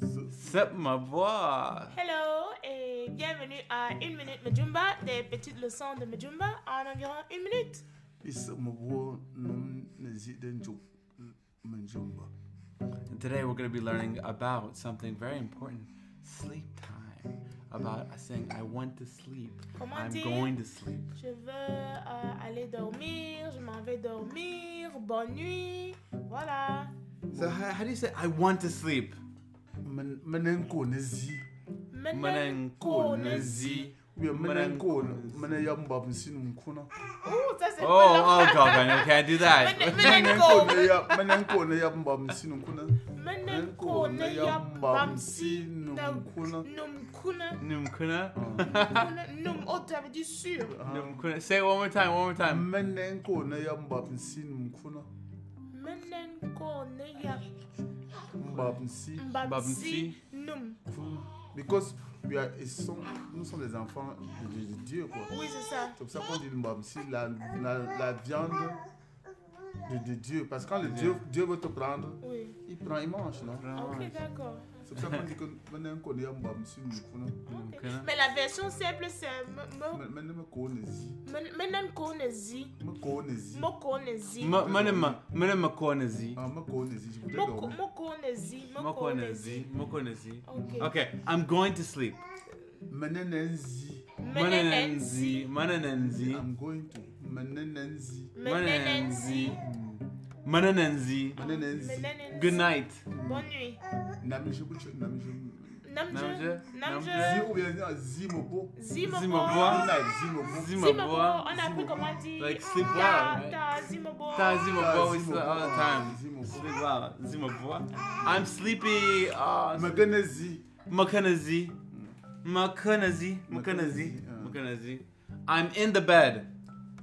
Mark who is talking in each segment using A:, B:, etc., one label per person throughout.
A: What's up, ma voix?
B: Hello et bienvenue à Une Minute Majumba, des petites leçons de Majumba en environ une minute.
C: It's Mabo Nunzidenjo Manjumba.
A: And today we're going to be learning about something very important sleep time. About saying, I want to sleep.
B: Comment
A: I'm
B: dire
A: going to sleep.
B: Je veux euh, aller dormir, je m'en vais dormir, bonne nuit, voilà.
A: So, how, how do you say, I want to sleep?
C: Manenko Nazi.
B: Menen konezi.
A: Manankonezi.
C: We are Manenko Manayamba Msinunkuna.
B: Ouh, ça c'est
A: Oh,
B: pas
A: oh, Gogan, okay, I do
B: la...
A: that.
B: Menenko.
C: Manenko Nayamba Msinunkuna.
B: Menenko ne yabamsi numkuna.
A: Numkuna?
B: Num, oh, tu avais dit sûr.
A: Numkuna. Say it one more time, one more time.
C: Manenko Nayamba Msinunkuna.
B: Menenko ne
C: Mbabmsi.
B: yabamsi num.
C: Because we are, ils sont, nous sommes les enfants de de Dieu, quoi.
B: Oui, c'est ça.
C: C'est pour ça qu'on dit Mbamsi, la, la, la viande de, de Dieu. Parce que quand le Dieu, Dieu veut te prendre,
B: Oui.
C: il prend, il mange, non
A: Ah
B: Ok, d'accord.
C: C'est pour ça qu'on dit que maintenant qu'on est Mbamsi, nous prenons.
B: Ok.
A: Numkuna.
B: Mais la version simple, c'est
C: Maintenant, me connais-y.
B: Menenkonezi.
C: Me connais-y.
B: Mokonezi.
A: M- Manama, Manama Konezi.
C: Ah, me connais-y. Je voudrais
B: Moko-
C: dormir.
B: Mokonezi. Mokonezi.
A: Mokonezi. Mokonezi.
B: Ok.
A: Okay, I'm going to sleep.
C: Menenenzi.
A: Mananenzi. Mananenzi.
C: I'm going to. Menenenzi.
B: Menenenzi.
A: Mananenzi. Mananenzi.
C: Menenenzi.
B: Menenenzi.
A: Good night.
B: Bonne nuit.
C: Namijibucho. Namijibucho.
B: Namje.
A: Namje.
C: Zi
B: Namje.
C: ou bien non, zi mobo.
B: Zimobo.
A: Zimobo.
C: Good night, zi mobo.
B: Zimobo.
A: Zimaboa.
B: On a appris comment dire. Ah,
A: Like sleep
B: ta-
A: well, right?
B: ta Zimobo.
A: Ta Zimaboa, we
C: Zimaboa.
A: sleep all the time.
C: Zimaboa.
A: Sleep well. Zimaboa. I'm sleepy. Uh,
C: Megenezi.
A: Makanazi. Makanazi. Makanazi.
C: Makanazi, uh.
A: Makanazi. I'm in the bed.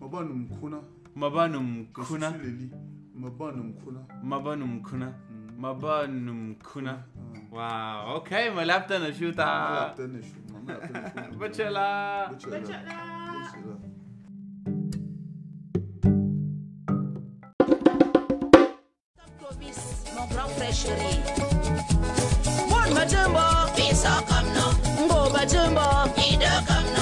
C: Mobo numkuna.
A: Mabanum
C: non? Je suis
A: kuna.
C: sur le lit. Mobo numkuna.
A: Mabanum kuna. Mabanum kuna. Wow. Okay, malapta na
C: Ah.
A: shuta. Bachelor.
B: Bachelor.
D: Promis, mon grand frère chéri. Bon Majumbo, fils au comme nous. Bon Majumbo, hideux comme